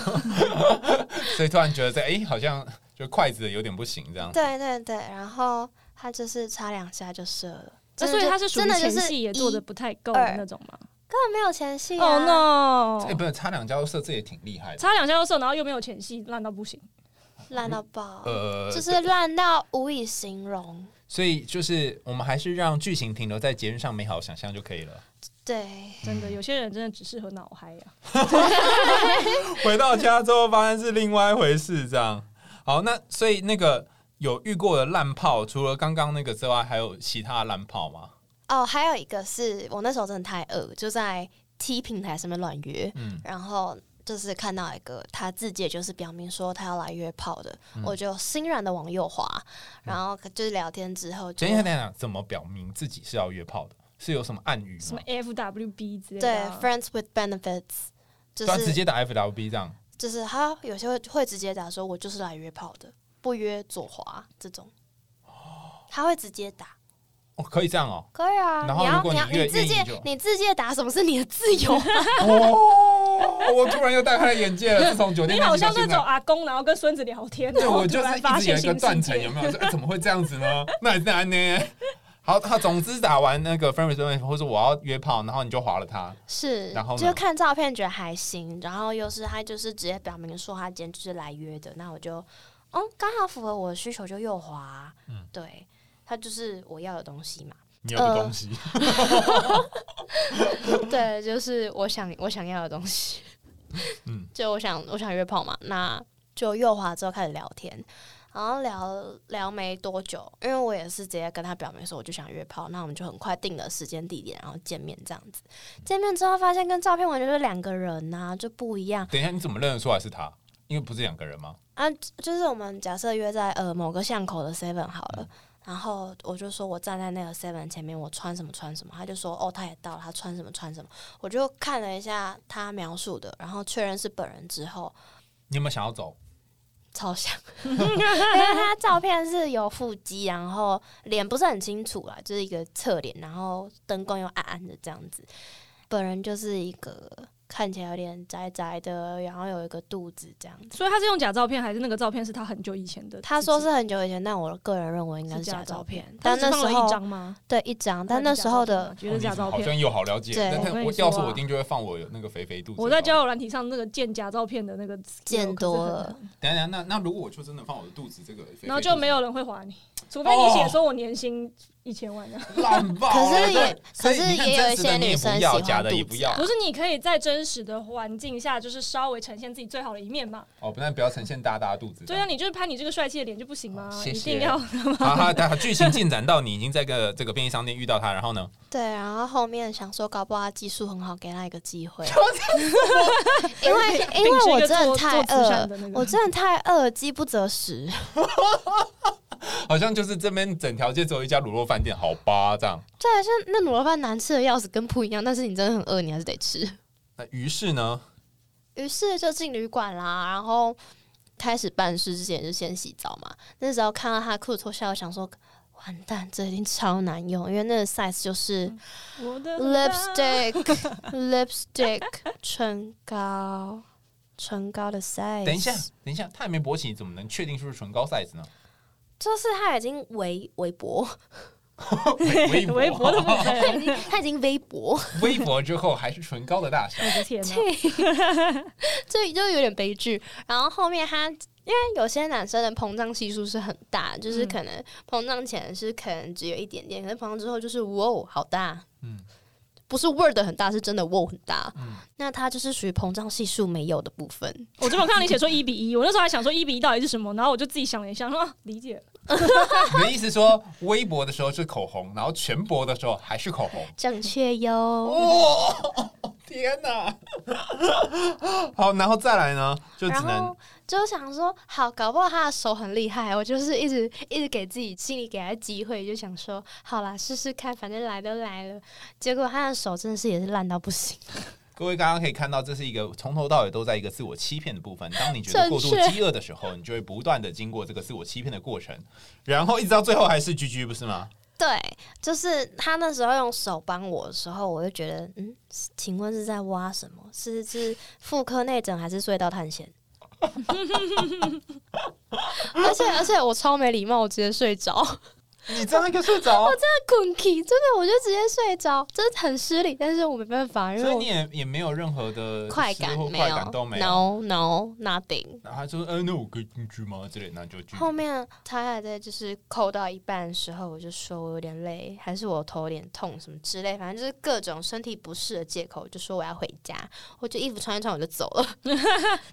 Speaker 4: [laughs]
Speaker 5: 所 [laughs]
Speaker 2: [laughs]
Speaker 5: 以突然觉得这哎、好像就筷子有点不行这样。
Speaker 4: 对对对，然后它就是擦两下就射了。真
Speaker 2: 那啊
Speaker 4: 的
Speaker 2: 所以
Speaker 4: 就
Speaker 2: 他是属于
Speaker 4: 真的就
Speaker 2: 前
Speaker 4: 是
Speaker 2: 戏也做的
Speaker 4: 一
Speaker 2: 不太够的那种嘛？
Speaker 4: 根本没有前戏、啊。
Speaker 2: 哦、
Speaker 5: 哎、
Speaker 2: no！
Speaker 5: 不是擦两跤射，这也挺厉害的。
Speaker 2: 擦两下又射，然后又没有前戏，烂到不行。
Speaker 4: 烂到爆，
Speaker 5: 呃，
Speaker 4: 就是烂到无以形容。
Speaker 5: 所以就是我们还是让剧情停留在节日上美好想象就可以了。
Speaker 4: 对，
Speaker 2: 真的，有些人真的只适合脑嗨呀、啊
Speaker 5: 回到家之后发现是另外一回事，这样。好，那所以那个有遇过的烂炮，除了刚刚那个之外，还有其他的烂炮吗？
Speaker 4: 哦，还有一个是我那时候真的太饿，就在 T 平台上面乱约，
Speaker 5: 嗯，
Speaker 4: 然后就是看到一个他自己也就是表明说他要来约炮的，
Speaker 5: 嗯
Speaker 4: 我就欣然的往右滑，然后就是聊天之后就
Speaker 5: 等一下，等一下，怎么表明自己是要约炮的？是有什么暗语
Speaker 2: 什
Speaker 5: 吗
Speaker 2: 么？FWB 之类
Speaker 4: 对
Speaker 2: 的啊、
Speaker 4: friends with benefits，就
Speaker 5: 对啊，直
Speaker 4: 是
Speaker 5: 接打 FWB 这样。
Speaker 4: 就是他有些会会直接打说我就是来约炮的，不约左滑这种，他会直接打。
Speaker 5: 哦，可以这样哦。
Speaker 4: 可以啊，
Speaker 5: 然后
Speaker 4: 你
Speaker 5: 如
Speaker 4: 要
Speaker 5: 果
Speaker 4: 你
Speaker 5: 你
Speaker 4: 要
Speaker 5: 越
Speaker 4: 你自
Speaker 5: 愿意
Speaker 4: 介
Speaker 5: 就
Speaker 4: 你自介打什么是你的自
Speaker 5: [laughs]
Speaker 4: 由，
Speaker 5: 哦，我突然又大开了眼界了。自从酒店
Speaker 2: 你
Speaker 5: 那
Speaker 2: 好
Speaker 5: 集到
Speaker 2: 像那
Speaker 5: 现在
Speaker 2: 种，阿公，然后跟孙子聊天，
Speaker 5: 对
Speaker 2: 然后
Speaker 5: 我就
Speaker 2: 突
Speaker 5: 是
Speaker 2: 然发
Speaker 5: 一直有
Speaker 2: 现
Speaker 5: 一个
Speaker 2: 新
Speaker 5: 断
Speaker 2: 世
Speaker 5: 层，
Speaker 2: 界
Speaker 5: 有。没有？说哎怎么会这样子呢？那也是安呢？好，他总之打完那个 friend with benefit，或者我要约炮，然后你就划了他。
Speaker 4: 是
Speaker 5: 然后呢
Speaker 4: 就看照片觉得还行，然后又是他就是直接表明说他今天就是来约的，那我就哦刚好符合我的需求就右滑啊，
Speaker 5: 嗯
Speaker 4: 对，他就是我要的东西
Speaker 5: [laughs]
Speaker 4: 嘛，
Speaker 5: 你
Speaker 4: 有的东
Speaker 5: 西，
Speaker 1: 对，就是我想我想要的东西。
Speaker 4: [laughs]
Speaker 5: 嗯，
Speaker 1: 就我想我想约炮嘛，那
Speaker 4: 就右滑之后开始聊天，然后聊聊没多久，因为我也是直接跟他表明说我就想约炮，那我们就很快定了时间地点，然后见面这样子，见面之后发现跟照片完全是两个人呐、就不一样。
Speaker 5: 等一下，你怎么认得出来是他？因为不是两个人吗？
Speaker 4: 啊，就是我们假设约在呃某个巷口的 Seven 好了，然后我就说我站在那个 Seven 前面，我穿什么穿什么，他就说哦他也到了，他穿什么穿什么，我就看了一下他描述的，然后确认是本人之后，
Speaker 5: 你有没有想要走？
Speaker 4: 超像， [laughs] 因为他照片是有腹肌，然后脸不是很清楚啦，就是一个侧脸，然后灯光又暗暗的这样子。本人就是一个看起来有点宅宅的，然后有一个肚子这样子。
Speaker 2: 所以他是用假照片，还是那个照片是他很久以前的自己？
Speaker 4: 他说是很久以前，但我个人认为应该是假照片。但
Speaker 2: 他
Speaker 4: 那
Speaker 2: 只放
Speaker 4: 时
Speaker 2: 了一
Speaker 4: 候
Speaker 2: 张吗？
Speaker 4: 对一张，
Speaker 2: 他
Speaker 4: 但
Speaker 2: 是
Speaker 4: 那时候的
Speaker 2: 假照片吗觉得
Speaker 5: 哦你
Speaker 2: 假照
Speaker 5: 好
Speaker 2: 片。
Speaker 5: 像有好了解，
Speaker 4: 对
Speaker 5: 但
Speaker 2: 我跟
Speaker 5: 但
Speaker 2: 你
Speaker 5: 我
Speaker 2: 说
Speaker 5: 要是
Speaker 2: 啊
Speaker 5: 我一定就会放我有那个肥肥肚子。
Speaker 2: 我在交友软体上那个见假照片的那个
Speaker 4: 见多了，
Speaker 5: 等一下，等一下，那那如果我就真的放我的肚子这个肥肥肚子，
Speaker 2: 然后就没有人会划你，除非你写说我年薪
Speaker 5: 哦
Speaker 2: 一千万啊。
Speaker 5: 烂爆
Speaker 4: 可
Speaker 5: 了。
Speaker 4: 是也
Speaker 5: 对所以
Speaker 4: 可是
Speaker 5: 你看
Speaker 4: 也
Speaker 5: 真实的
Speaker 4: 有一些
Speaker 5: 你也
Speaker 4: 女生
Speaker 5: 不要
Speaker 4: 喜欢
Speaker 5: 假的也
Speaker 4: 肚
Speaker 5: 不
Speaker 4: 子
Speaker 5: 要
Speaker 4: 啊
Speaker 2: 不是，你可以在真实的环境下，就是稍微呈现自己最好的一面嘛。
Speaker 5: 哦，不但不要呈现大大的肚子。
Speaker 2: 对啊，你就是拍你这个帅气的脸就不行吗？
Speaker 5: 哦谢谢
Speaker 2: 一定要
Speaker 5: 好，好，好剧情进展到你已经在个这个便利商店遇到他，然后呢？
Speaker 4: 对，然后后面想说，搞不好他技术很好，给他一个机 [laughs] 会。因 [laughs] 为因
Speaker 2: 秉持
Speaker 4: 为
Speaker 2: 一
Speaker 4: 我
Speaker 2: 个
Speaker 4: 真的
Speaker 2: 做
Speaker 4: 太
Speaker 2: 做慈
Speaker 4: 饿
Speaker 2: 善的
Speaker 4: 了
Speaker 2: 那，个
Speaker 4: 我真的太饿了，饥不择食。
Speaker 5: [laughs] 好像就是这边整条街只有一家卤肉饭店，好吧，这样。
Speaker 4: 对，就那卤肉饭难吃的要死，跟不一样。但是你真的很饿，你还是得吃。
Speaker 5: 那于是呢，
Speaker 4: [laughs] 于是就进旅馆啦，然后开始办事之前就先洗澡嘛。那时候看到他的裤子脱下来，我想说完蛋，这一定超难用，因为那个 size 就是
Speaker 2: 我的
Speaker 4: lipstick、lipstick、唇膏、唇膏的 size。
Speaker 5: 等一下，等一下，他还没勃起，怎么能确定是不是唇膏 size 呢？
Speaker 6: 就是他已经微微
Speaker 5: [laughs]
Speaker 6: 博，
Speaker 5: 微
Speaker 2: 微博的部分，
Speaker 6: 他已经微
Speaker 4: [laughs]
Speaker 6: 博，
Speaker 5: 微博之后还是唇膏的大小，
Speaker 2: 我的天哪！
Speaker 4: 这就有点悲剧。然后后面他，因为有些男生的膨胀系数是很大，就是
Speaker 2: 嗯
Speaker 4: 可能膨胀前是可能只有一点点，可是膨胀之后就是哇哦，好大，
Speaker 5: 嗯
Speaker 4: 不是 word 很大，是真的哇哦很大。
Speaker 5: 嗯，
Speaker 4: 那它就是属于膨胀系数没有的部分。
Speaker 2: 我这边看到你写说一比一，我那时候还想说一比一到底是什么，然后我就自己想了一下，说、啊、理解了。
Speaker 5: 你的意思说微博的时候是口红，然后全博的时候还是口红？
Speaker 4: 正确哟。
Speaker 5: 哦， [laughs] 天哪！ [laughs] 好，然后再来呢，就只
Speaker 4: 然
Speaker 5: 能
Speaker 4: 后就想说，好，搞不好他的手很厉害，我 [laughs] 就是一直一直给自己心里给他机会，就想说，好啦，试试看，反正来都来了。结果他的手真的是也是烂到不行。 [laughs]
Speaker 5: 各位刚刚可以看到，这是一个从头到尾都在一个自我欺骗的部分。当你觉得过度
Speaker 4: 正确
Speaker 5: 饥饿的时候，你就会不断的经过这个自我欺骗的过程，然后一直到最后还是 GG 不是吗？
Speaker 4: 对，就是他那时候用手帮我的时候，我就觉得，嗯，请问是在挖什么？是 [laughs] 是妇科内诊还是隧道探险？ [laughs] 而且而且我超没礼貌，我直接睡着， [laughs]
Speaker 5: 你这样一个睡着，
Speaker 4: 困 key，真的我就直接睡着，真的很失礼，但是我没办法，因
Speaker 5: 所
Speaker 4: 为
Speaker 5: 以
Speaker 4: 我
Speaker 5: 你也也没有任何的
Speaker 4: 快感
Speaker 5: 失落
Speaker 4: 没
Speaker 5: 快感都没有。
Speaker 4: ，no no nothing。
Speaker 5: 然后他就说：“嗯、那我可以进去吗？”之类，那就进去。
Speaker 4: 后面他还在就是扣到一半的时候，我就说我有点累，还是我头有点痛什么之类，反正就是各种身体不适的借口，我就说我要回家，我就衣服穿一穿我就走
Speaker 2: [laughs]
Speaker 4: 了。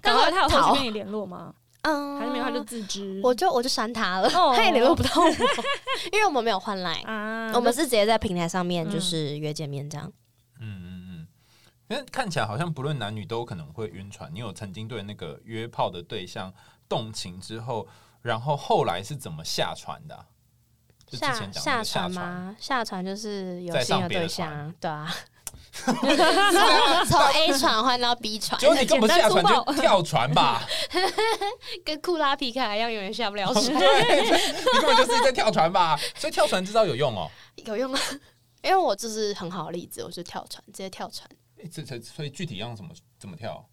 Speaker 2: 但后来他有后
Speaker 4: 逃
Speaker 2: 续跟你联络吗？
Speaker 4: 嗯，
Speaker 2: 还是没有？他就自知。
Speaker 4: 我就我就删他了，
Speaker 2: 哦
Speaker 4: 他也联络不到
Speaker 2: [laughs]
Speaker 4: 我，因为我们没有换 line，、
Speaker 2: 啊，
Speaker 4: 我们是直接在平台上面
Speaker 2: 嗯
Speaker 4: 就是约见面这样。
Speaker 5: 嗯嗯嗯。因为看起来好像不论男女都可能会晕船。你有曾经对那个约炮的对象动情之后，然后后来是怎么下船的啊、就之前讲的那
Speaker 4: 下
Speaker 5: 个下
Speaker 4: 船？吗？下船就是有
Speaker 5: 再
Speaker 4: 新
Speaker 5: 上
Speaker 4: 的
Speaker 5: 别的
Speaker 4: 对象啊，对啊。从 [laughs] 从 A 船换到 B 船，
Speaker 5: 结果你根本
Speaker 2: 简
Speaker 5: 下
Speaker 2: 单粗
Speaker 5: 船
Speaker 2: 暴
Speaker 5: 就跳船吧。
Speaker 4: 跟库拉皮卡一样，永远下
Speaker 5: [laughs]
Speaker 4: 不了水。
Speaker 5: 对，你根本就是在跳船吧？所以跳船知道有用哦。
Speaker 4: 有用吗？因为我就是很好的例子，我是跳船，直接跳船，
Speaker 5: 诶这这所以具体要怎么怎么跳？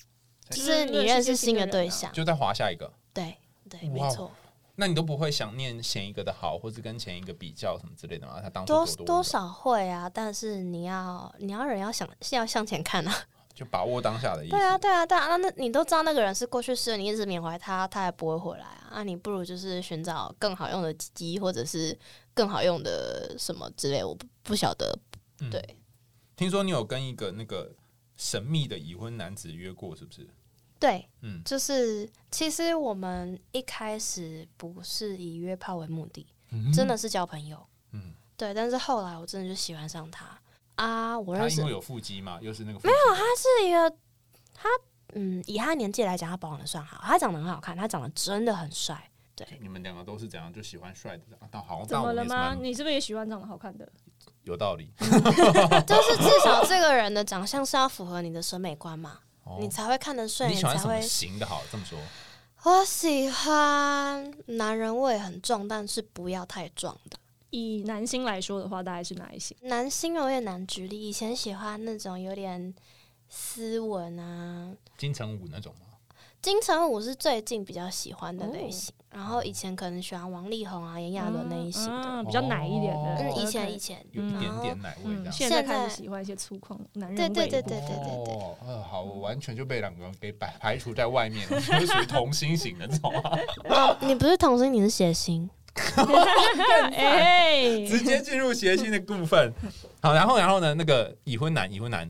Speaker 4: 就
Speaker 2: 就是是
Speaker 4: 你认
Speaker 2: 认
Speaker 4: 识
Speaker 2: 识
Speaker 4: 新
Speaker 2: 新
Speaker 4: 的啊
Speaker 2: 的
Speaker 4: 对
Speaker 2: 对
Speaker 4: 象
Speaker 2: 象，
Speaker 5: 就再滑下一个。
Speaker 4: 对对，没
Speaker 5: 哇哦
Speaker 4: 错，
Speaker 5: 那你都不会想念前一个的好，或是跟前一个比较什么之类的吗？他当初
Speaker 4: 多
Speaker 5: 多多
Speaker 4: 多少会啊，但是你要你要人要想要向前看啊，
Speaker 5: 就把握当下的意思。
Speaker 4: 对啊对啊对啊，那那你都知道那个人是过去式，你一直缅怀他，他还不会回来啊，那你不如就是寻找更好用的机机，或者是更好用的什么之类，我不不晓得，
Speaker 5: 嗯
Speaker 4: 对，
Speaker 5: 听说你有跟一个那个神秘的已婚男子约过，是不是？
Speaker 4: 对，
Speaker 5: 嗯
Speaker 4: 就是其实我们一开始不是以约炮为目的，真的是交朋友。
Speaker 5: 嗯，
Speaker 4: 对，但是后来我真的就喜欢上他啊！我
Speaker 5: 他
Speaker 4: 认识
Speaker 5: 因为有腹肌嘛，又是那个没有他
Speaker 4: 是一个他，嗯，以他年纪来讲，他保养的算好，他长得很好看，他长得真的很帅。对，
Speaker 5: 你们两个都是怎样就喜欢帅的啊？但好像
Speaker 2: 怎
Speaker 5: 但我
Speaker 2: 么
Speaker 5: 们
Speaker 2: 了
Speaker 5: 也是
Speaker 2: 吗？
Speaker 5: 蛮
Speaker 2: 你是不是也喜欢长得好看的？
Speaker 5: 有道理。
Speaker 4: 就是至少这个人的长相是要符合你的审美观嘛，
Speaker 5: 哦
Speaker 4: 你才会看得顺
Speaker 5: 你
Speaker 4: 眼，
Speaker 5: 喜欢
Speaker 4: 才
Speaker 5: 什么
Speaker 4: 会
Speaker 5: 型的好？这么说，
Speaker 4: 我喜欢男人味很重，但是不要太壮的。
Speaker 2: 以男星来说的话，大概是哪一些？
Speaker 4: 男星有点难举例，以前喜欢那种有点斯文啊，
Speaker 5: 金城武那种吗？
Speaker 4: 金城武是最近比较喜欢的类型，
Speaker 5: 哦
Speaker 4: 然后以前可能喜欢王力宏啊、炎亚纶那一型的。
Speaker 2: 嗯比较奶一点的。
Speaker 5: 啊
Speaker 4: 嗯，
Speaker 5: 哦
Speaker 4: 以
Speaker 2: OK
Speaker 4: 前以前，
Speaker 5: 有一点点奶味这
Speaker 2: 嗯，
Speaker 5: 样。
Speaker 2: 现在开始喜欢一些粗犷男人味
Speaker 4: 对对
Speaker 2: 的。
Speaker 4: 对
Speaker 5: 哦，呃，好，我完全就被两个人给排排除在外面，我 [laughs] 就是属于童星型的，知道吗？
Speaker 4: 你不是童星，你是谐星。
Speaker 2: 哎，
Speaker 5: 直接进入谐星的部分。好，然后然后呢，那个已婚男，已婚男，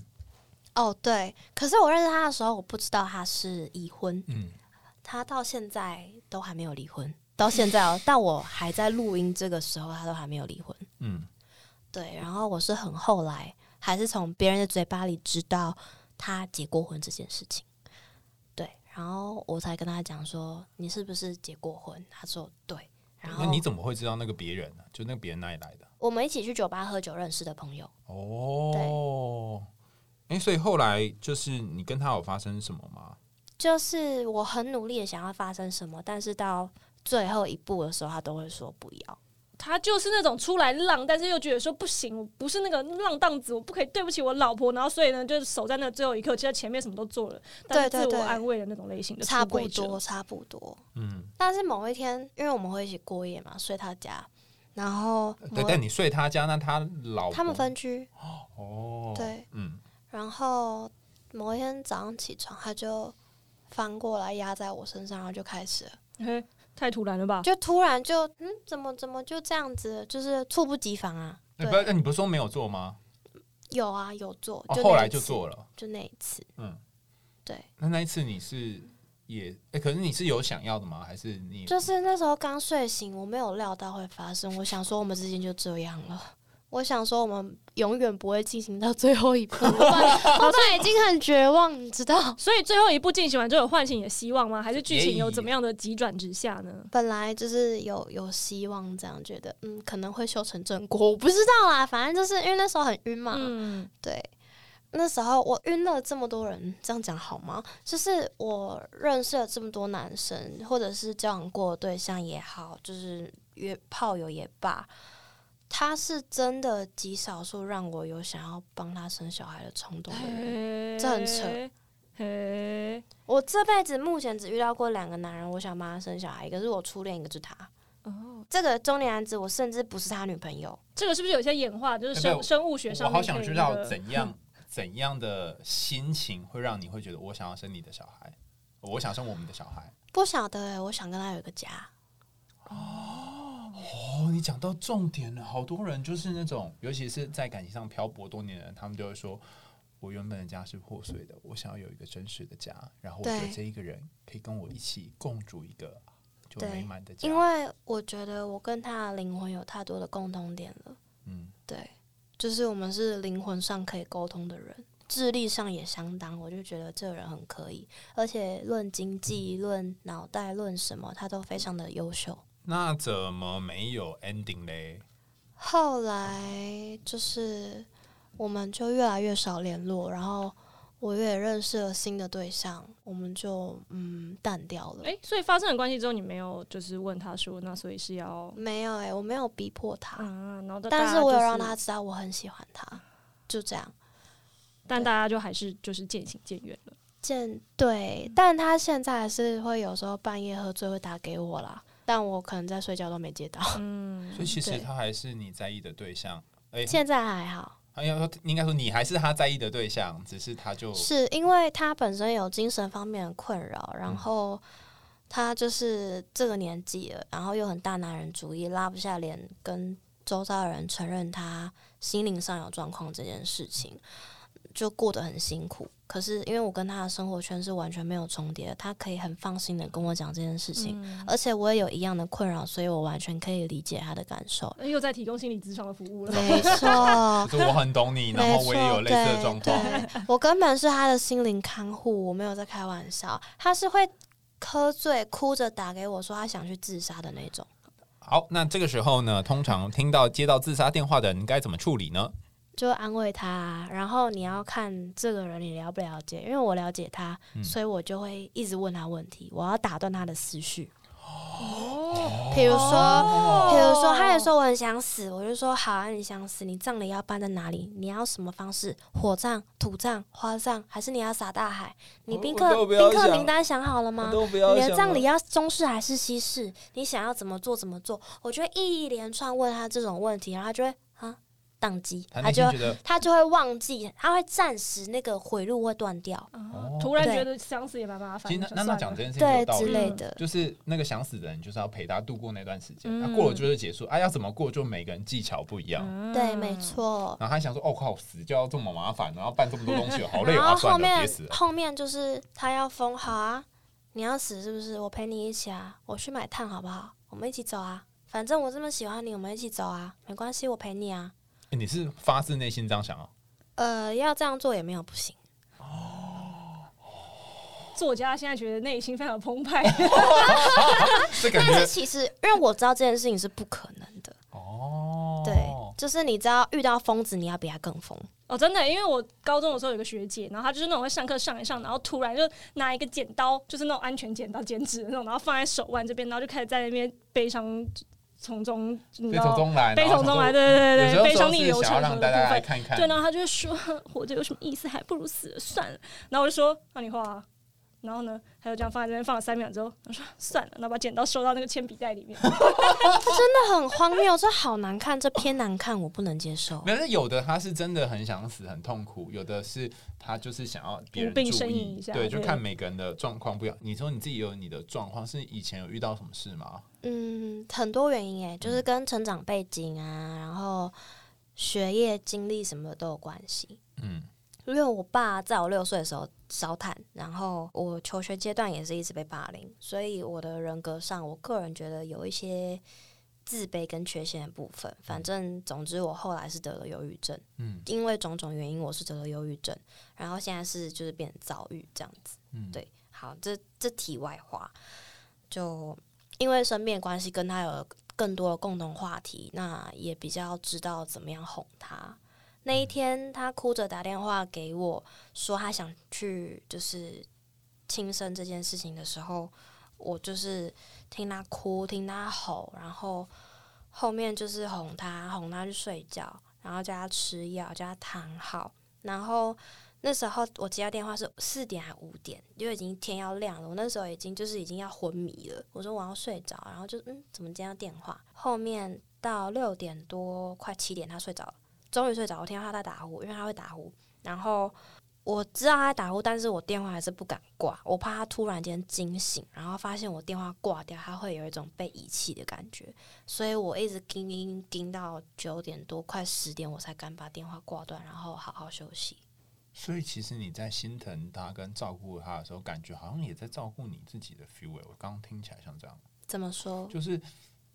Speaker 4: 哦，对。可是我认识他的时候，我不知道他是已婚，
Speaker 5: 嗯，
Speaker 4: 他到现在都还没有离婚。到现在哦，但我还在录音这个时候，他都还没有离婚。
Speaker 5: 嗯，
Speaker 4: 对，然后我是很后来，还是从别人的嘴巴里知道他结过婚这件事情。对，然后我才跟他讲说，你是不是结过婚？他说对。然
Speaker 5: 那
Speaker 4: 后
Speaker 5: 你怎么会知道那个别人呢、就那个别人哪里来的？
Speaker 4: 我们一起去酒吧喝酒认识的朋友，
Speaker 5: 哦，哎、所以后来就是你跟他有发生什么吗？
Speaker 4: 就是我很努力的想要发生什么，但是到最后一步的时候，他都会说不要。
Speaker 2: 他就是那种出来浪，但是又觉得说不行，我不是那个浪荡子，我不可以对不起我老婆，然后所以呢，就是守在那最后一刻，其实他前面什么都做了，但是
Speaker 4: 对对
Speaker 2: 自
Speaker 4: 对
Speaker 2: 我安慰的那种类型的
Speaker 4: 差
Speaker 2: 出
Speaker 4: 不
Speaker 2: 轨者
Speaker 4: 多，。差不多。
Speaker 5: 嗯，
Speaker 4: 但是某一天，因为我们会一起过夜嘛，睡他家，然后
Speaker 5: 对，
Speaker 4: 某
Speaker 5: 但你睡他家，那他老婆
Speaker 4: 他们分居，
Speaker 5: 哦，，
Speaker 4: 对。
Speaker 5: 嗯，
Speaker 4: 然后某一天早上起床，他就翻过来压在我身上，然后就开始了，
Speaker 2: 嘿太突然了吧？
Speaker 4: 就突然就嗯，怎么怎么就这样子，就是猝不及防啊。
Speaker 5: 那不要，
Speaker 4: 对，
Speaker 5: 那你不是说没有做吗？
Speaker 4: 有啊，有做，
Speaker 5: 哦
Speaker 4: 就、
Speaker 5: 后来就，做了，
Speaker 4: 就那一次，
Speaker 5: 嗯，
Speaker 4: 对，
Speaker 5: 那那一次你是也，哎、可是你是有想要的吗？还是你
Speaker 4: 就是那时候刚睡醒，我没有料到会发生，我想说我们之间就这样了。我想说，我们永远不会进行到最后一步，我本我本来已经很绝望，你知道。
Speaker 2: 所以最后一部进行完之后，有唤醒你的希望吗？还是剧
Speaker 5: 也
Speaker 2: 情
Speaker 5: 以
Speaker 2: 有怎么样的急转直下呢？
Speaker 4: 本来就是有有希望，这样觉得，嗯，可能会修成正果，我不知道啦。反正就是因为那时候很晕嘛，
Speaker 2: 嗯，
Speaker 4: 对，那时候我晕了这么多人，这样讲好吗？就是我认识了这么多男生，或者是交往过的对象也好，就是约炮友也罢，他是真的极少数让我有想要帮他生小孩的冲动的
Speaker 2: 哎
Speaker 4: 人。哎这很扯
Speaker 2: 嗯嘿。
Speaker 4: [laughs] 我这辈子目前只遇到过两个男人，我想帮他生小孩，一个是我初恋，一个是他。
Speaker 2: 哦，
Speaker 4: 这个中年男子，我甚至不是他女朋友。
Speaker 2: 这个是不是有些演化？就是
Speaker 5: 哎
Speaker 2: 生
Speaker 5: 不
Speaker 2: 生物学
Speaker 5: 我
Speaker 2: 上面
Speaker 5: 好
Speaker 2: 可以那
Speaker 5: 想
Speaker 2: 个，
Speaker 5: 知道怎样怎样的心情会让你会觉得我想要生你的小孩，我想生我们的小孩。
Speaker 4: 不晓得欸、我想跟他有一个家。
Speaker 5: 哦，你讲到重点了，好多人就是那种，尤其是在感情上漂泊多年的人，他们就会说。我原本的家是破碎的，我想要有一个真实的家，然后我觉得
Speaker 4: 对
Speaker 5: 这一个人可以跟我一起共筑一个就
Speaker 4: 对
Speaker 5: 美满的家。
Speaker 4: 因为我觉得我跟他的灵魂有太多的共同点了。
Speaker 5: 嗯，
Speaker 4: 对，就是我们是灵魂上可以沟通的人，智力上也相当。我就觉得这个人很可以，而且论经济、论脑袋、论什么，他都非常的优秀。
Speaker 5: 那怎么没有 ending 嘞？
Speaker 4: 后来就是我们就越来越少联络，然后我也认识了新的对象，我们就嗯淡掉了。
Speaker 2: 哎、所以发生了关系之后，你没有就是问他说，那所以是要
Speaker 4: 没有哎、我没有逼迫他。
Speaker 2: 啊，然后大
Speaker 4: 但
Speaker 2: 家
Speaker 4: 是我有
Speaker 2: 就
Speaker 4: 让他知道我很喜欢他，就这样。
Speaker 2: 但大家就还是就是渐行渐远了。
Speaker 4: 见对，但他现在还是会有时候半夜喝醉会打给我啦，但我可能在睡觉都没接到。
Speaker 2: 嗯
Speaker 5: 哦所以其实
Speaker 4: 对
Speaker 5: 他还是你在意的对象，哎、
Speaker 4: 现在还好，
Speaker 5: 哎呀，应该说你还是他在意的对象，只是他就是
Speaker 4: 因为他本身有精神方面的困扰，然后他就是这个年纪了，然后又很大男人主义，拉不下脸跟周遭的人承认他心灵上有状况这件事情，就过得很辛苦。可是因为我跟他的生活圈是完全没有重叠的，他可以很放心的跟我讲这件事情。
Speaker 2: 嗯，。
Speaker 4: 而且我也有一样的困扰，所以我完全可以理解他的感受
Speaker 2: [laughs] 呃又在提供心理咨商的服务了。
Speaker 4: 没
Speaker 5: [laughs]
Speaker 4: 错，
Speaker 5: 就是我很懂
Speaker 4: [laughs]
Speaker 5: 你，然后我也有类似的状况。
Speaker 4: 没错对对我根本是他的心灵看护，我没有在开玩笑。他是会喝醉哭着打给我说他想去自杀的那种。
Speaker 5: 好，那这个时候呢，通常听到接到自杀电话的人该怎么处理呢？
Speaker 4: 就安慰他，啊然后你要看这个人你了不了解，因为我了解他，
Speaker 5: 嗯
Speaker 4: 所以我就会一直问他问题，我要打断他的思绪。
Speaker 2: 哦，
Speaker 4: 比如说，
Speaker 2: 哦
Speaker 4: 比如说，他也说我很想死，我就说好啊，你想死，你葬礼要办在哪里？你要什么方式？火葬、土葬、花葬，还是你要撒大海？你
Speaker 5: 我
Speaker 4: 宾
Speaker 5: 我
Speaker 4: 客
Speaker 5: 都不
Speaker 4: 宾
Speaker 5: 要
Speaker 4: 客
Speaker 5: 想
Speaker 4: 名单想好了吗
Speaker 5: 我？都不要
Speaker 4: 你
Speaker 5: 想
Speaker 4: 的葬礼
Speaker 5: 了
Speaker 4: 要中式还是西式？你想要怎么做怎么做？我就会一连串问他这种问题，然后他就会啊宕机，
Speaker 5: 他
Speaker 4: 他
Speaker 5: 内
Speaker 4: 就
Speaker 5: 心
Speaker 4: 会
Speaker 5: 觉
Speaker 4: [laughs]
Speaker 5: 得
Speaker 4: 他就会忘记，他会暂时那个回路会断掉，
Speaker 2: 啊突然觉得想死也蛮麻烦
Speaker 5: 哦其实娜
Speaker 2: 的。就
Speaker 5: 娜
Speaker 2: 算
Speaker 5: 娜
Speaker 2: 了
Speaker 5: 讲这件事情有
Speaker 4: 对
Speaker 5: 道
Speaker 4: 之
Speaker 5: 理，
Speaker 4: 类
Speaker 2: 嗯
Speaker 4: 的。
Speaker 5: 就是那个想死的人就是要陪他度过那段时间，那、
Speaker 2: 嗯
Speaker 5: 过了就是结束啊，要怎么过就每个人技巧不一样。
Speaker 2: 嗯
Speaker 4: 对，没错。
Speaker 5: 然后他想说，哦靠，死就要这么麻烦，然后办这么多东
Speaker 4: [laughs]
Speaker 5: 西，好累哦
Speaker 4: 然后
Speaker 5: 啊，
Speaker 4: 后
Speaker 5: 算了，
Speaker 4: 面
Speaker 5: 别死了。
Speaker 4: 后面就是他要疯，好啊，你要死是不是？我陪你一起啊，我去买炭好不好？我们一起走啊，反正我这么喜欢你，我们一起走啊，没关系，我陪你啊。
Speaker 5: 欸你是发自内心这样 [laughs] 想啊？
Speaker 4: 呃，要这样做也没有不行。
Speaker 2: 作家现在觉得内心非常
Speaker 4: [laughs]
Speaker 2: 澎湃，
Speaker 5: 这感
Speaker 4: 但
Speaker 5: 觉
Speaker 4: 是其实，因为我知道这件事情是不可能的，
Speaker 5: 哦，
Speaker 4: 对，就是你知道遇到疯子，你要比他更疯。 [laughs]
Speaker 2: 哦，真的，因为我高中的时候有个学姐，然后她就是那种会上课上一上，然后突然就拿一个剪刀，就是那种安全剪刀、剪纸的那种，然后放在手腕这边，然后就开始在那边悲伤从中，你知
Speaker 5: 悲从
Speaker 2: 道，
Speaker 5: 中来，
Speaker 2: 悲从中来，
Speaker 5: 的，
Speaker 2: 对对
Speaker 5: 有
Speaker 2: 对
Speaker 5: 时
Speaker 2: 对，
Speaker 5: 候
Speaker 2: 悲伤
Speaker 5: 说
Speaker 2: 逆
Speaker 5: 是
Speaker 2: 流
Speaker 5: 想要
Speaker 2: 成河
Speaker 5: 让
Speaker 2: 的
Speaker 5: 大家
Speaker 2: 部
Speaker 5: 来
Speaker 2: 分。
Speaker 5: 看看，
Speaker 2: 对，然后她就会说活着有什么意思，还不如死了算了。然后我就说那你画、啊，然后呢，她就这样放在这边放了三秒之后，我说算了，然后把剪刀收到那个铅笔袋里面。
Speaker 4: 真的很荒谬，这好难看，这偏难看，我不能接受。
Speaker 5: 没有，但是有的他是真的很想死，很痛苦；有的是他就是想要别人
Speaker 2: 无病
Speaker 5: 注
Speaker 2: 呻吟
Speaker 5: 意
Speaker 2: 一下
Speaker 5: 对，就
Speaker 2: 对
Speaker 5: 看每个人的状况不一样。你说你自己有你的状况，是以前有遇到什么事吗？
Speaker 4: 嗯，很多原因诶，就是跟成长背景啊，然后学业、经历什么的都有关系。
Speaker 5: 嗯，
Speaker 4: 因为我爸在我六岁的时候烧炭，然后我求学阶段也是一直被霸凌，所以我的人格上，我个人觉得有一些自卑跟缺陷的部分。反正总之，我后来是得了忧郁症，
Speaker 5: 嗯
Speaker 4: 因为种种原因，我是得了忧郁症，然后现在是就是变成躁郁这样子。
Speaker 5: 嗯，
Speaker 4: 对，好，这这题外话，就因为身边的关系跟他有更多的共同话题，那也比较知道怎么样哄他。那一天，他哭着打电话给我，说他想去就是轻生这件事情的时候，我就是听他哭，听他吼，然后后面就是哄他，哄他去睡觉，然后叫他吃药，叫他躺好，然后那时候我接到电话是四点还五点，就已经天要亮了。我那时候已经就是已经要昏迷了，我说我要睡着，然后就嗯，怎么接到电话？后面到六点多快七点，他睡着了，终于睡着。我听到他在打呼，因为他会打呼，然后。我知道他在打呼，但是我电话还是不敢挂，我怕他突然间惊醒，然后发现我电话挂掉，他会有一种被遗弃的感觉，所以我一直盯盯盯到九点多，快十点我才敢把电话挂断，然后好好休息。
Speaker 5: 所以其实你在心疼他跟照顾他的时候，感觉好像也在照顾你自己的 feel、欸。我刚刚听起来像这样，
Speaker 4: 怎么说？
Speaker 5: 就是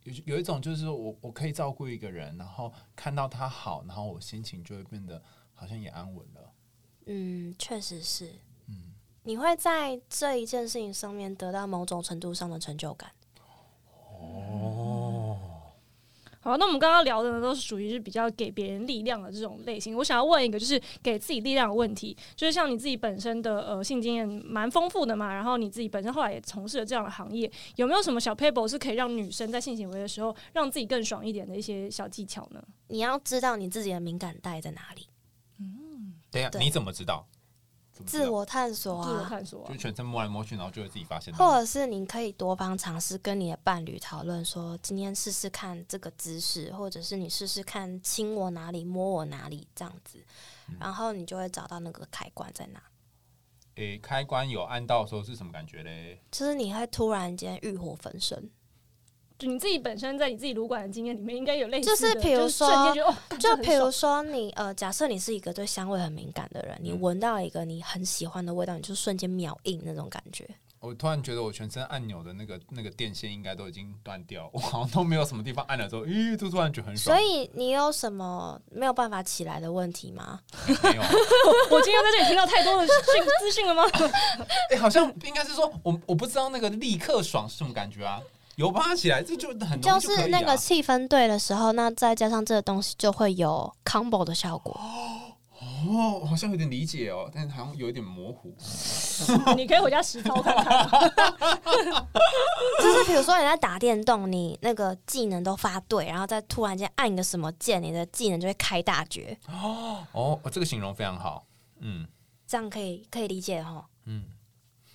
Speaker 5: 有有一种就是说我我可以照顾一个人，然后看到他好，然后我心情就会变得好像也安稳了。
Speaker 4: 嗯，确实是。
Speaker 5: 嗯，
Speaker 4: 你会在这一件事情上面得到某种程度上的成就感。
Speaker 2: 好，那我们刚刚聊的呢，都是属于是比较给别人力量的这种类型。我想要问一个，就是给自己力量的问题，就是像你自己本身的呃性经验蛮丰富的嘛，然后你自己本身后来也从事了这样的行业，有没有什么小 paper 是可以让女生在性行为的时候让自己更爽一点的一些小技巧呢？
Speaker 4: 你要知道你自己的敏感带在哪里，
Speaker 5: 等一下
Speaker 4: 对
Speaker 5: 啊你怎么知道？怎么知道
Speaker 4: 自我探索
Speaker 2: 自我
Speaker 4: 啊，
Speaker 2: 探索啊、
Speaker 5: 就全身摸来摸去，然后就会自己发现到。
Speaker 4: 或者是你可以多方尝试，跟你的伴侣讨论说，今天试试看这个姿势，或者是你试试看亲我哪里、摸我哪里这样子，
Speaker 5: 嗯
Speaker 4: 然后你就会找到那个开关在哪。
Speaker 5: 诶、开关有按到的时候是什么感觉嘞？
Speaker 4: 就是你会突然间欲火焚身，
Speaker 2: 就你自己本身在你自己撸管的经验里面，应该有类似
Speaker 4: 就是
Speaker 2: 的，
Speaker 4: 比如说
Speaker 2: 瞬间觉得哦，干这
Speaker 4: 就
Speaker 2: 很
Speaker 4: 比如
Speaker 2: 爽
Speaker 4: 说你呃，假设你是一个对香味很敏感的人，你
Speaker 5: 嗯
Speaker 4: 闻到一个你很喜欢的味道，你就瞬间秒应那种感觉。
Speaker 5: 我突然觉得我全身按钮的那个那个电线应该都已经断掉， [laughs] 我好像都没有什么地方按了之后，咦，就突然觉得很爽
Speaker 4: 所。以你有什么没有办法起来的问题吗？
Speaker 5: 没有，啊
Speaker 2: 我今天在这里听到太多的讯
Speaker 4: [laughs]
Speaker 2: 资讯了吗？
Speaker 5: 哎、好像应该是说我我不知道那个立刻爽是什么感觉啊，有吧起来，这就很容
Speaker 1: 就
Speaker 5: 易可以啊
Speaker 1: 是那个气氛对的时候，那再加上这个东西，就会有 combo 的效果。
Speaker 5: 哦，好像有点理解哦，但是好像有一点模糊。
Speaker 2: 你可以回家实操看看。
Speaker 4: 就是比如说你在打电动，你那个技能都发对，然后再突然间按个什么键，你的技能就会开大绝，
Speaker 5: 哦，这个形容非常好。嗯
Speaker 4: 这样可以可以理解哈。
Speaker 5: 嗯，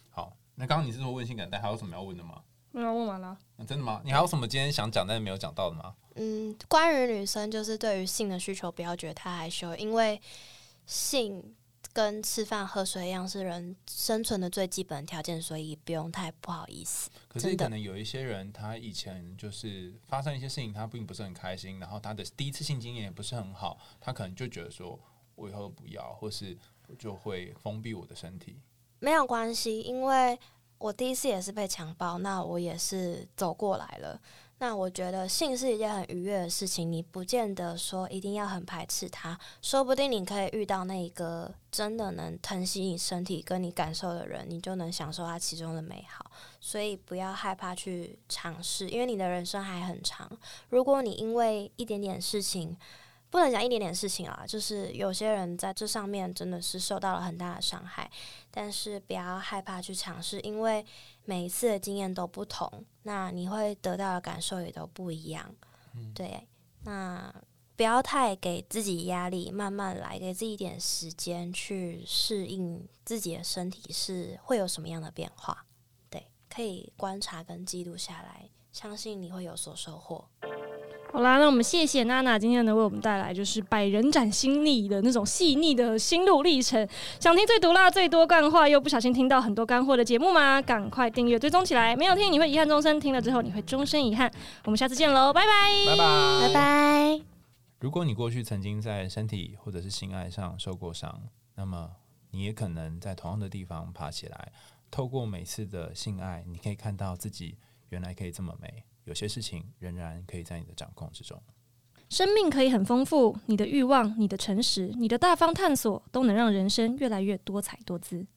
Speaker 5: 好。那刚刚你是说问性感带，还有什么要问的吗？
Speaker 2: 没有问完了，
Speaker 5: 那啊真的吗？你还有什么今天想讲但是没有讲到的吗？
Speaker 1: 嗯，关于女生就是对于性的需求，不要觉得她害羞，因为性跟吃饭喝水一样，是人生存的最基本条件，所以不用太不好意思。
Speaker 5: 可
Speaker 1: 真
Speaker 5: 是
Speaker 1: 的
Speaker 5: 可能有一些人，他以前就是发生一些事情，他并不是很开心，然后他的第一次性经验也不是很好，他可能就觉得说，我以后不要，或是我就会封闭我的身体。
Speaker 4: 没有关系，因为我第一次也是被强暴，那我也是走过来了。那我觉得性是一件很愉悦的事情，你不见得说一定要很排斥它，说不定你可以遇到那一个真的能疼惜你身体跟你感受的人，你就能享受它其中的美好。所以不要害怕去尝试，因为你的人生还很长。如果你因为一点点事情，不能讲一点点事情啊，就是有些人在这上面真的是受到了很大的伤害，但是不要害怕去尝试，因为每一次的经验都不同，那你会得到的感受也都不一样。对，那不要太给自己压力，慢慢来，给自己一点时间去适应自己的身体是会有什么样的变化。对，可以观察跟记录下来，相信你会有所收获。
Speaker 2: 好啦，那我们谢谢娜娜今天能为我们带来就是百人斩心理的那种细腻的心路历程。想听最毒辣、最多干话，又不小心听到很多干货的节目吗？赶快订阅追踪起来，没有听你会遗憾终生，听了之后你会终身遗憾。我们下次见喽，拜
Speaker 5: 拜
Speaker 2: 拜。
Speaker 5: 拜
Speaker 4: 拜拜。
Speaker 5: 如果你过去曾经在身体或者是性爱上受过伤，那么你也可能在同样的地方爬起来。透过每次的性爱，你可以看到自己原来可以这么美，有些事情仍然可以在你的掌控之中。
Speaker 2: 生命可以很丰富，你的欲望、你的诚实、你的大方探索，都能让人生越来越多彩多姿。